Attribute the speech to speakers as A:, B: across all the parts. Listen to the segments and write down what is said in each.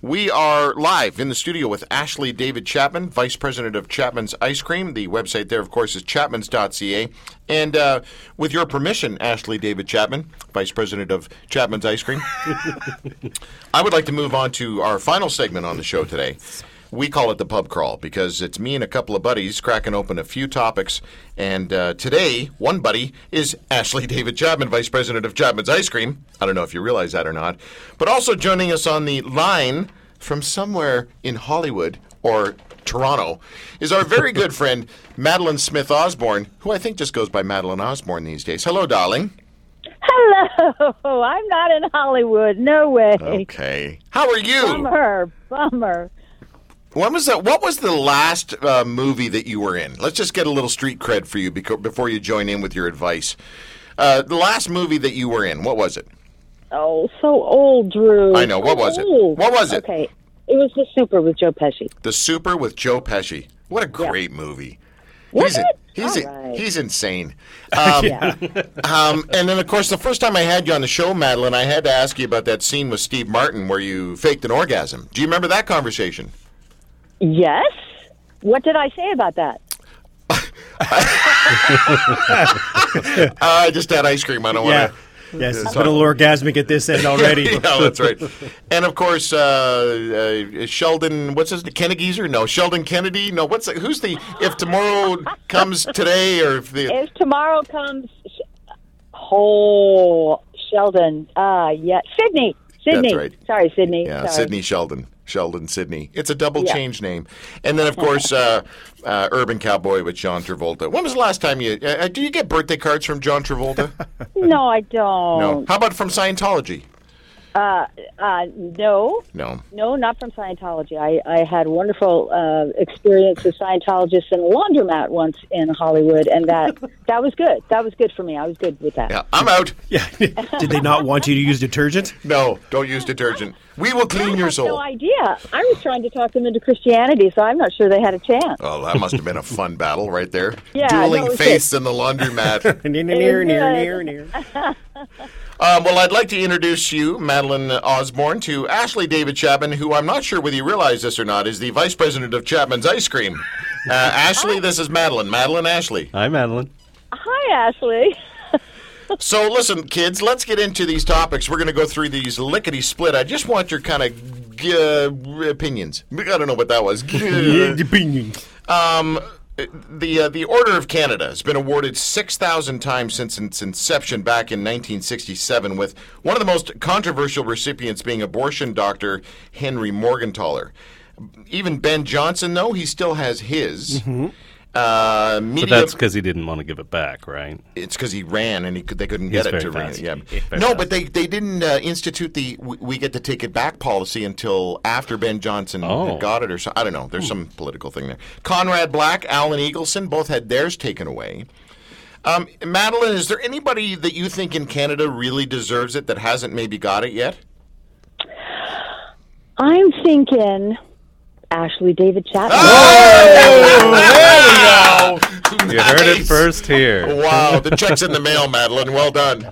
A: We are live in the studio with Ashley David Chapman, Vice President of Chapman's Ice Cream. The website there, of course, is chapmans.ca. And uh, with your permission, Ashley David Chapman, Vice President of Chapman's Ice Cream, I would like to move on to our final segment on the show today. We call it the pub crawl because it's me and a couple of buddies cracking open a few topics. And uh, today, one buddy is Ashley David Chapman, Vice President of Chapman's Ice Cream. I don't know if you realize that or not. But also joining us on the line from somewhere in Hollywood or Toronto is our very good friend, Madeline Smith Osborne, who I think just goes by Madeline Osborne these days. Hello, darling.
B: Hello. I'm not in Hollywood. No way.
A: Oh, Okay. How are you?
B: Bummer. Bummer.
A: When was that? What was the last uh, movie that you were in? Let's just get a little street cred for you beco- before you join in with your advice. Uh, the last movie that you were in, what was it?
B: Oh, so old, Drew.
A: I know. What
B: So
A: was it?
B: old.
A: What was it?
B: Okay. It was The Super with Joe Pesci.
A: The Super with Joe Pesci. What a great movie.
B: Was
A: he's in-
B: it?
A: he's
B: All
A: in-
B: right.
A: he's insane. Um, um, and then, of course, the first time I had you on the show, Madeline, I had to ask you about that scene with Steve Martin where you faked an orgasm. Do you remember that conversation?
B: Yes. What did I say about that? Uh,
A: I just had ice cream. I don't
C: Yeah.
A: want to.
C: Yes, it's been a little orgasmic at this end
A: yeah,
C: already.
A: that's right. And of course, uh, uh, Sheldon. What's his name? Kennegeezer? No, Sheldon Kennedy. No, what's the, who's the? If tomorrow comes today, or if the
B: If tomorrow comes. Oh, Sheldon. Ah, yeah. Sydney. Sydney.
A: right.
B: Sorry, Sydney.
A: yeah,
B: Sorry.
A: Sydney Sheldon, Sheldon Sydney. It's a double
B: Yeah.
A: change name. And then of course, uh, uh, Urban Cowboy with John Travolta. When was the last time you? Uh, uh, do you get birthday cards from John Travolta?
B: Um, No, I don't.
A: no. How about from Scientology?
B: Uh, no.
A: No.
B: No, not from Scientology. I, I had a wonderful uh, experience with Scientologists in a laundromat once in Hollywood, and that that was good. That was good for me. I was good with that.
A: Yeah, I'm out.
C: Yeah. Did they not want you to use detergent?
A: No, don't use detergent. We will
B: I
A: clean
B: had
A: your soul.
B: no idea. I was trying to talk them into Christianity, so I'm not sure they had a chance.
A: Oh, that must have been a fun battle right there.
B: Yeah,
A: Dueling
B: that was
A: face in the laundromat.
C: Near, near, near, near, near.
A: um, well, I'd like to introduce you, Madeline Osborne, to Ashley David Chapman, who I'm not sure whether you realize this or not, is the vice president of Chapman's Ice Cream. Uh, Ashley, this is Madeline. Madeline, Ashley.
D: Hi, Madeline.
B: Hi, Ashley.
A: So, listen, kids, let's get into these topics. We're going to go through these lickety split. I just want your kind of uh, opinions. I don't know what that was. Um, the uh, the Order of Canada has been awarded six thousand times since its inception back in 1967, with one of the most controversial recipients being abortion doctor Henry Morgenthaler. Even Ben Johnson, though, he still has his. Uh, media,
D: But that's because he didn't want to give it back, right?
A: it's because he ran and he could, they couldn't
D: He's
A: get it
D: very
A: to
D: fast.
A: ran. Yeah.
D: He's very
A: No,
D: fast.
A: but they, they didn't uh, institute the we, we get to take it back policy until after Ben Johnson
D: Oh.
A: had got it or so. I don't know. There's some political thing there. Conrad Black, Alan Eagleson, both had theirs taken away. Um, Madeline, is there anybody that you think in Canada really deserves it that hasn't maybe got it yet?
B: I'm thinking Ashley David Chapman.
A: Ah!
D: You heard it
A: Nice.
D: first here.
A: Wow, the check's in the mail, Madeline. Well done.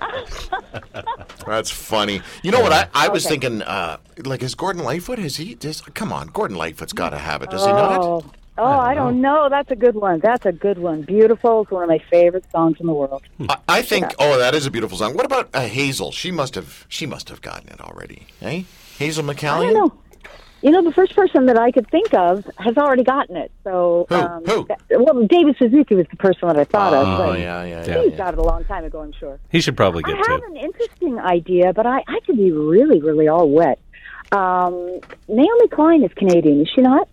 A: That's funny. You know what? I, I was thinking, uh, like, is Gordon Lightfoot? Has he? Does, come on, Gordon Lightfoot's got to have it, does he
B: Oh,
A: not?
B: oh, I don't know. That's a good one. That's a good one. Beautiful. It's one of my favorite songs in the world.
A: I, I think. Oh, that is a beautiful song. What about uh, Hazel? She must have. She must have gotten it already. Eh? Hazel
B: I
A: McCallion.
B: don't know. You know, the first person that I could think of has already gotten it. So,
A: Who?
B: Um,
A: Who?
B: that- well, David Suzuki was the person that I thought of.
A: Oh
B: But
A: yeah, yeah,
D: Yeah.
A: yeah.
B: He
A: yeah.
B: got it a long time ago, I'm sure.
D: He should probably get
B: I have
D: to.
B: an interesting idea, but I, I could be really, really all wet. Um, Naomi Klein is Canadian, is she not?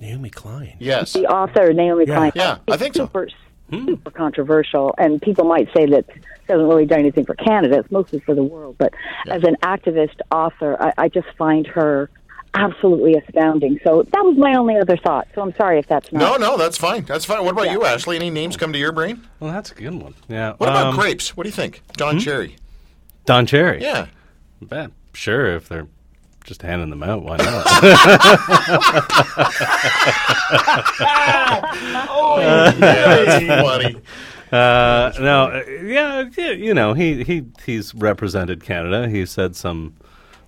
C: Naomi Klein.
A: Yes.
B: The author Naomi
C: Yeah.
B: Klein.
A: Yeah, I
B: It's
A: think so.
B: super, Super controversial, and people might say that it doesn't really do anything for Canada. It's mostly for the world. But as an activist author, I, I just find her absolutely astounding. So that was my only other thought. So I'm sorry if that's
A: No,
B: not.
A: no, that's fine. That's fine. What about you, Ashley? Any names come to your brain?
D: Well, that's a good one. Yeah.
A: What about
D: um,
A: grapes? What do you think, Don Cherry?
D: Don Cherry?
A: Yeah.
D: Bet. Sure, if they're just handing them out, why not?
A: yeah, that's funny.
D: uh, no, uh, yeah, yeah, you know, he, he he's represented Canada. He said some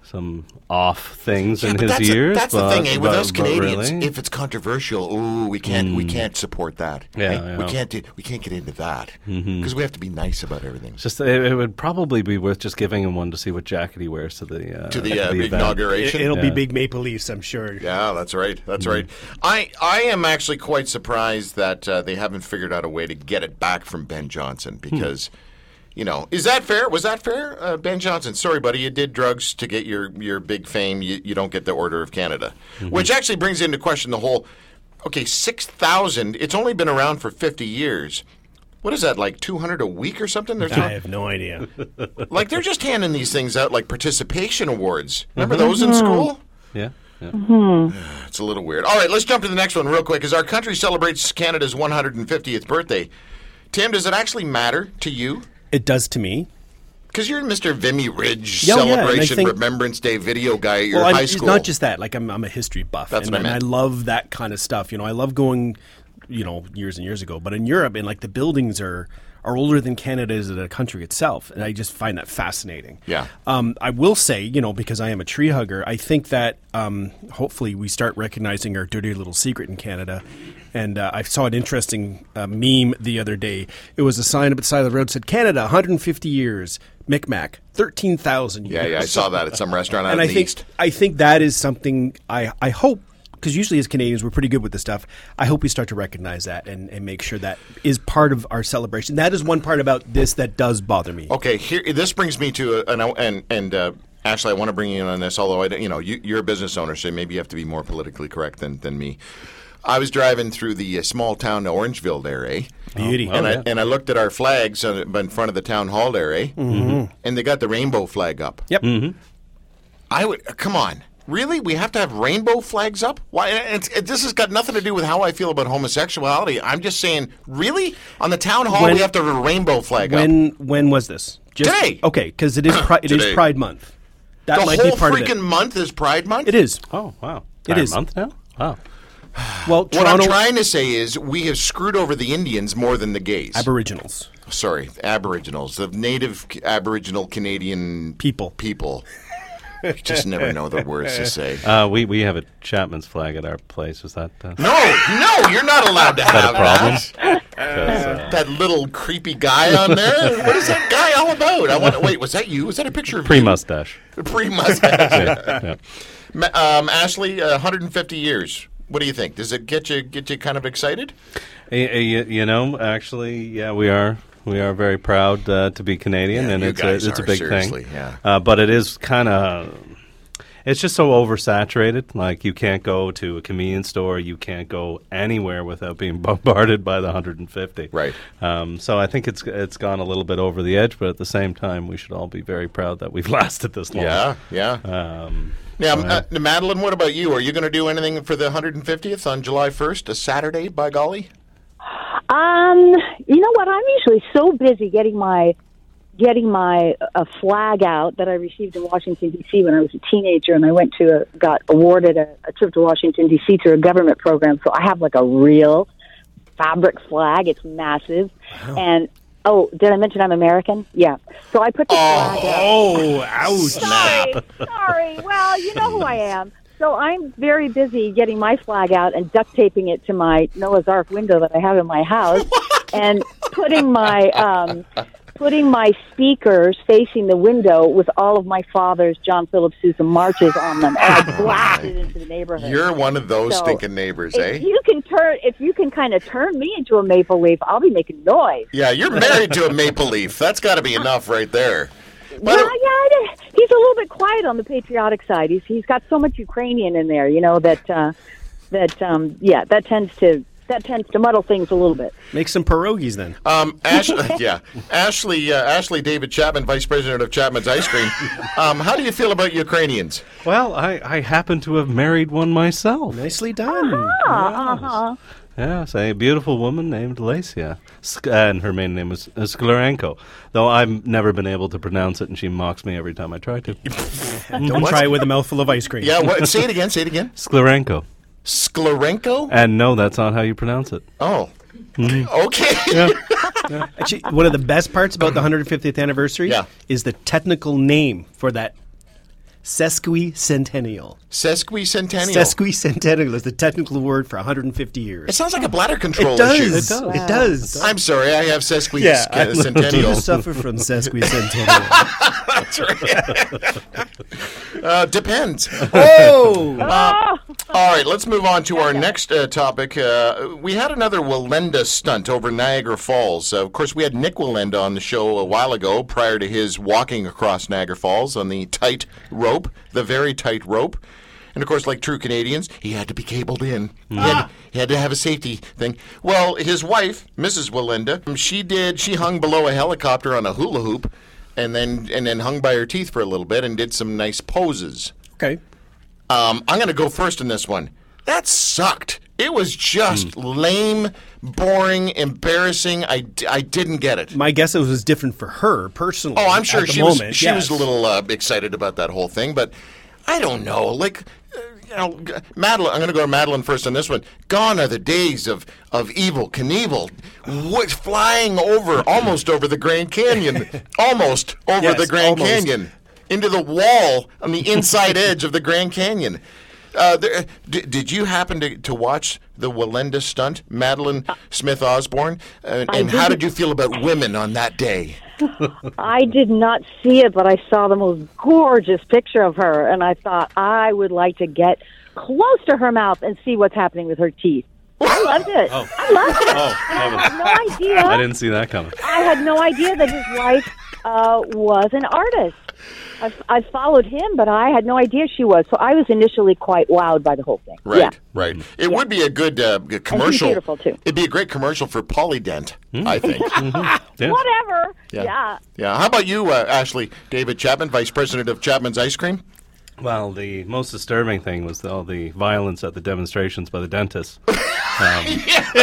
D: some off things in
A: But
D: his
A: that's the-
D: ears.
A: that's
D: but-
A: the thing, eh? With
D: but-
A: us
D: but
A: Canadians,
D: really- Hmm.
A: if it's controversial, ooh, we can't we can't support that.
D: Yeah, Mm-hmm.
A: right? we
D: yeah.
A: can't do, we can't get into that because we have to be nice about everything.
D: Just it, it would probably be worth just giving him one to see what jacket he wears to the uh,
A: To the, uh,
D: event.
A: inauguration,
C: It, will be
D: Yeah.
C: big Maple Leafs, I'm sure.
A: Yeah, that's right. That's right. I I am actually quite surprised that uh, they haven't figured out a way to get it back from Ben Johnson because, you know, is that fair? Was that fair, uh, Ben Johnson? Sorry, buddy, you did drugs to get your your big fame. You, you don't get the Order of Canada, which actually brings into question the whole. Okay, six thousand. It's only been around for fifty years. What is that like? Two hundred a week or something? There's
C: I
A: no,
C: have no idea.
A: like they're just handing these things out like participation awards. Remember those in school?
D: Yeah. yeah.
A: It's a little weird. All right, let's jump to the next one real quick. As our country celebrates Canada's 150th birthday, Tim, does it actually matter to you?
C: It does to me.
A: Because you're in Mr. Vimy Ridge
C: Yeah, yeah, and I
A: Celebration
C: think-
A: Remembrance Day video guy at your
C: well, I'm-
A: high
C: it's
A: school.
C: not just that. Like I'm, I'm a history buff,
A: That's
C: and,
A: what I
C: and
A: meant.
C: love that kind of stuff. You know, I love going, you know, years and years ago. But in Europe, and like the buildings are are older than Canada is as a country itself, and I just find that fascinating.
A: Yeah.
C: Um, I will say, you know, because I am a tree hugger, I think that um, hopefully we start recognizing our dirty little secret in Canada. And uh, I saw an interesting uh, meme the other day. It was a sign up at the side of the road that said Canada 150 years, Micmac 13,000 years
A: yeah, yeah, I saw that at some restaurant out
C: and
A: in
C: I
A: the
C: think
A: East.
C: I think that is something I I hope because usually as Canadians we're pretty good with this stuff. I hope we start to recognize that and, and make sure that is part of our celebration. That is one part about this that does bother me.
A: Okay, here this brings me to uh, and I- and and uh, Ashley, I want to bring you in on this. Although I, don't- you know, you, you're a business owner, so maybe you have to be more politically correct than than me. I was driving through the uh, small town of Orangeville there, eh?
C: Beauty.
A: and I
D: yeah.
A: and I looked at our flags on, in front of the town hall there, eh? Mm-hmm. And they got the rainbow flag up.
C: Yep.
A: I would uh, come on. Really, we have to have rainbow flags up? Why? and It's, it, this has got nothing to do with how I feel about homosexuality. I'm just saying, really, on the town hall
C: When-
A: we have to have a rainbow flag up.
C: When when was this? Just,
A: Today.
C: Okay, because it is pri- it is
A: Today.
C: Pride Month. That
A: The
C: might
A: whole
C: be part
A: freaking
C: of it.
A: month is Pride Month.
C: It is.
D: Oh wow.
C: It
D: Entire
C: is.
D: month now. Wow.
C: Well,
A: What
C: Toronto
A: I'm trying to say is we have screwed over the Indians more than the gays.
C: Aboriginals.
A: Sorry, Aboriginals, the native c- Aboriginal Canadian
C: People.
A: People. You just never know the words to say.
D: Uh, we we have a Chapman's flag at our place. Is that? Uh,
A: no, no, you're not allowed to have
D: problem?
A: that.
D: 'cause, uh,
A: That little creepy guy on there. What is that guy all about? I want. Wait, was that you? Was that a picture of
D: Pre mustache.
A: you? Pre mustache.
D: Yeah, yeah.
A: Ma- um, Ashley, uh, 150 years. What do you think? Does it get you get you kind of excited?
D: Eh, eh, you, you know, actually, yeah, we are we are very proud uh, to be Canadian,
A: Yeah,
D: and
A: you
D: it's
A: guys
D: a, it's
A: are,
D: a big
A: seriously,
D: thing.
A: yeah.
D: Uh, but it is kind of it's just so oversaturated. Like you can't go to a convenience store, you can't go anywhere without being bombarded by the 150.
A: Right.
D: Um, so I think it's it's gone a little bit over the edge, but at the same time, we should all be very proud that we've lasted this long.
A: Yeah, yeah.
D: Um,
A: Now, uh, Madeline, what about you? Are you going to do anything for the 150th on July 1st, a Saturday, by golly?
B: Um, you know what? I'm usually so busy getting my getting my uh, flag out that I received in Washington D.C. when I was a teenager, and I went to a, got awarded a, a trip to Washington D.C. through a government program. So I have like a real fabric flag. It's massive, and oh, did I mention I'm American? Yeah. So I put the flag out.
C: Oh, ouch.
B: Sorry, sorry. Well, you know who I am. So I'm very busy getting my flag out and duct taping it to my Noah's Ark window that I have in my house, and putting my um, putting my speakers facing the window with all of my father's John Philip Sousa marches on them, and I blasted into the neighborhood.
A: You're one of those
B: So,
A: stinking neighbors, eh?
B: if you can turn, if you can kind of turn me into a maple leaf, I'll be making noise.
A: yeah, you're married to a maple leaf. That's got to be enough right there.
B: Yeah,
A: By
B: yeah,
A: the-
B: it is. he's a little bit quiet on the patriotic side. He's he's got so much Ukrainian in there, you know that uh, that um, yeah, that tends to that tends to muddle things a little bit.
C: Make some pierogies then.
A: Um, Ash- yeah, Ashley, uh, Ashley David Chapman, vice president of Chapman's Ice Cream. Um, how do you feel about Ukrainians?
D: well, I, I happen to have married one myself.
C: Nicely done.
B: Uh-huh.
D: Yes, a beautiful woman named Lacia, Sk- and her maiden name was uh, Sklorenko. Though I've never been able to pronounce it, and she mocks me every time I try to.
C: Don't try it with a mouthful of ice cream.
A: Yeah, what, say it again. Say it again.
D: Sklorenko,
A: Sklorenko.
D: and no, that's not how you pronounce it.
A: Oh,
C: Mm-hmm.
A: okay.
C: Actually, one of the best parts about the 150th anniversary
A: Yeah.
C: is the technical name for that sesquicentennial.
A: Sesquicentennial.
C: Sesquicentennial is the technical word for 150 years.
A: it sounds like a bladder control
C: it, does.
A: issue.
C: it does. It does.
A: I'm sorry, I have
C: yeah, I- Do you
A: sesquicentennial.
C: suffer from sesquicentennial?
A: uh, depends.
C: oh,
A: Uh, all right, let's move on to our next uh, topic. Uh, we had another Walenda stunt over Niagara Falls. Uh, of course, we had Nick Walenda on the show a while ago prior to his walking across Niagara Falls on the tight rope, the very tight rope. And of course, like true Canadians, he had to be cabled in. He, had, he had to have a safety thing. Well, his wife, Mrs. Walenda, um, she did. She hung below a helicopter on a hula hoop, and then and then hung by her teeth for a little bit and did some nice poses.
C: okay.
A: Um, I'm going to go first in this one. That sucked. It was just lame, boring, embarrassing. I, I didn't get it.
C: My guess it was different for her personally.
A: Oh, I'm sure
C: at the
A: she
C: moment,
A: was she was
C: yes.
A: a little uh, excited about that whole thing, but I don't know. Like uh, you know, G- Madeline. I'm going to go to Madeline first on this one. Gone are the days of of evil Knievel, what flying over almost over the Grand Canyon, almost over
C: Yes,
A: the Grand
C: almost.
A: Canyon, into the wall on the inside edge of the Grand Canyon. Uh, there, d- did you happen to, to watch the Walenda stunt, Madeline Smith Osborne? And, and how did you feel about women on that day?
B: I did not see it, but I saw the most gorgeous picture of her, and I thought I would like to get close to her mouth and see what's happening with her teeth. I loved it. I loved it.
D: Oh,
B: I
D: heaven.
B: had no idea.
D: I
B: I,
D: didn't see that coming.
B: had no idea that his wife uh, was an artist. I, I followed him, but I had no idea she was. So I was initially quite wowed by the whole thing.
A: Right,
B: Yeah.
A: right.
D: Mm-hmm.
A: It would be a good uh, g- commercial.
B: beautiful, too.
A: It'd be a great commercial for Polydent, I think.
D: Mm. Yeah.
B: Whatever.
A: Yeah.
B: yeah.
A: yeah. How about you, uh, Ashley David Chapman, Vice President of Chapman's Ice Cream?
D: Well, the most disturbing thing was all the violence at the demonstrations by the dentists. Um,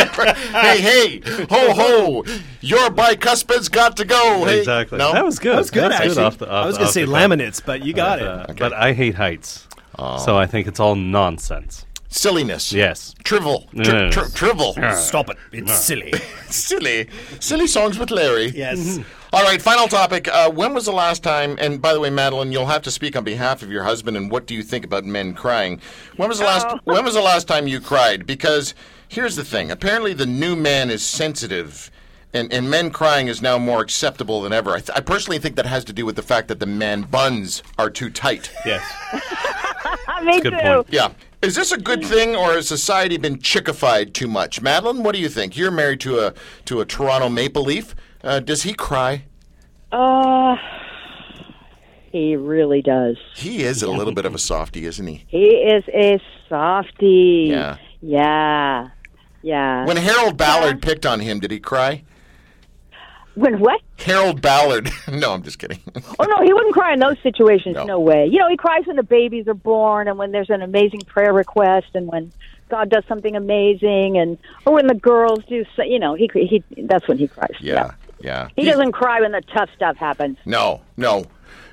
A: hey, hey, ho, ho! Your bicuspid's got to go. Hey.
D: Exactly.
A: No?
D: That was good.
C: That was good.
D: That's
C: actually,
D: off the- off
C: I was
D: the-
C: going
D: off
C: to say
D: the
C: laminates, but you got
D: bat.
C: it. Oh.
D: Uh, But I hate heights, so I think it's all nonsense.
A: silliness.
D: Yes.
A: Trivial. Tri-
D: Yes.
A: tri- trivial.
D: Uh,
C: Stop it! It's silly.
A: silly, silly songs with Larry. Mm-hmm.
C: Yes. Mhm.
A: All right, final topic. Uh, when was the last time? And by the way, Madeline, you'll have to speak on behalf of your husband. And what do you think about men crying? When was the last? When was the last time you cried? Because here's the thing. Apparently, the new man is sensitive. And, and men crying is now more acceptable than ever. I, th- I personally think that has to do with the fact that the man buns are too tight.
D: Yes.
B: Ah, me
D: Good
B: too.
D: point.
A: Yeah. Is this a
B: Mm.
A: good thing, or has society been chickified too much? Madeline, what do you think? You're married to a to a Toronto Maple Leaf. Uh, does he cry?
B: Uh, he really does.
A: He is a little bit of a softie, isn't he?
B: He is a softie.
A: Yeah.
B: Yeah. Yeah.
A: When Harold Ballard picked on him, did he cry?
B: When what?
A: Harold Ballard. no, I'm just kidding.
B: Oh no, he wouldn't cry in those situations.
A: No.
B: No. way. You know, he cries when the babies are born, and when there's an amazing prayer request, and when God does something amazing, and or when the girls do. So, you know, he cr- he that's when he cries.
A: yeah, yeah.
B: He doesn't cry when the tough stuff happens.
A: No, no.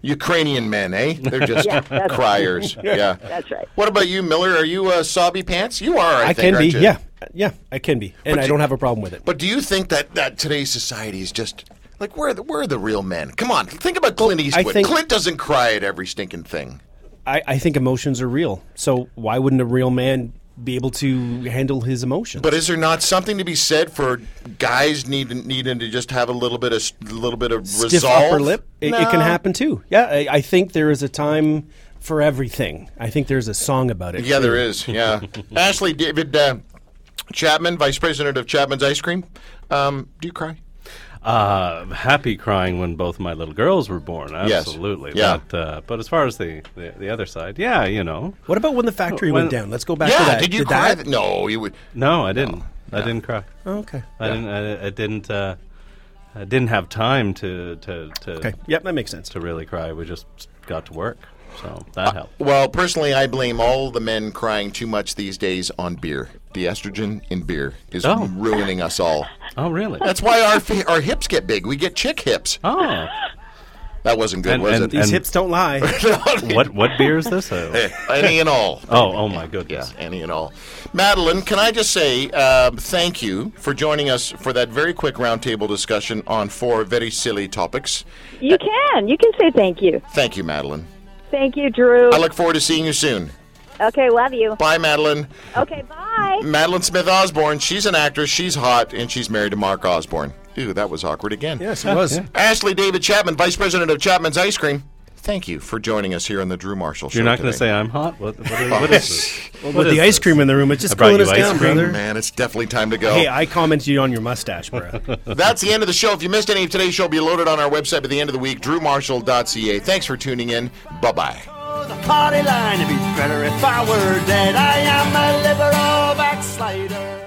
A: Ukrainian men, eh? They're just
B: Yeah, that's-
A: criers. Yeah.
B: That's right.
A: What about you, Miller? Are you uh, sobby pants? You are, I,
C: I
A: think.
C: can be.
A: aren't you?
C: Yeah, yeah, I can be, and I
A: you-
C: don't have a problem with it.
A: But do you think that, that today's society is just like where are the, where are the real men? Come on, think about Clint Eastwood.
C: think-
A: Clint doesn't cry at every stinking thing.
C: I, I think emotions are real. So why wouldn't a real man be able to handle his emotions?
A: But is there not something to be said for guys need, needing to just have a little bit of s- little bit of
C: stiff
A: resolve?
C: upper lip, it, it can
A: No.
C: happen too. Yeah, I, I think there is a time for everything. I think there's a song about it.
A: Yeah,
C: too.
A: there is. Yeah, Ashley David uh, Chapman, vice president of Chapman's Ice Cream. Um, do you cry?
D: Uh, happy crying when both my little girls were born.
A: Yes.
D: Absolutely.
A: Yeah.
D: But, uh, but as far as the, the, the other side, yeah, you know.
C: What about when the factory
D: When-
C: went down? Let's go back to
A: yeah.
C: that.
A: Did you cry?
C: that-
A: No, you would.
D: No, I didn't. I didn't cry.
C: Oh, okay.
D: I didn't. I, I didn't. Uh, I didn't have time to to to,
C: Okay. Yep, that makes sense.
D: to really cry. We just got to work, so
C: Uh,
D: that helped.
A: Well, personally, I blame all the men crying too much these days on beer. The estrogen in beer is
D: Oh.
A: ruining us all.
D: Oh, really?
A: That's why our fi- our hips get big. We get chick hips.
D: Oh,
A: That wasn't good,
D: And-
A: was
D: and-
A: it?
C: These
D: and-
C: hips don't lie.
D: what what beer is this? Oh,
A: any and all.
D: oh, oh my
A: Yeah,
D: goodness.
A: any and all. Madeline, can I just say uh, thank you for joining us for that very quick roundtable discussion on four very silly topics.
B: You can. You can say thank you.
A: Thank you, Madeline.
E: Thank you, Drew.
A: I look forward to seeing you soon.
E: Okay, love you.
A: Bye, Madeline.
E: Okay, bye.
A: Madeline Smith Osborne. She's an actress. She's hot, and she's married to Mark Osborne. Ew, that was awkward again.
C: Yes, it was.
A: Ashley David Chapman, Vice President of Chapman's Ice Cream. Thank you for joining us here on the Drew Marshall Show.
D: You're not going to
A: today.
D: say I'm hot. What, what, is, what is this?
C: With the ice cream in the room, it's
D: I
C: just
D: brought
C: cooling
D: you
C: us
D: ice
C: down,
D: cream.
C: brother.
A: Man, it's definitely time to go.
C: Hey, I commented on your mustache, bro.
A: That's the end of the show. If you missed any of today's show, it'll be loaded on our website by the end of the week, drewmarshall.ca. Thanks for tuning in. Bye bye.
F: Oh, the party line. It'd be better if I were dead. I am a liberal backslider.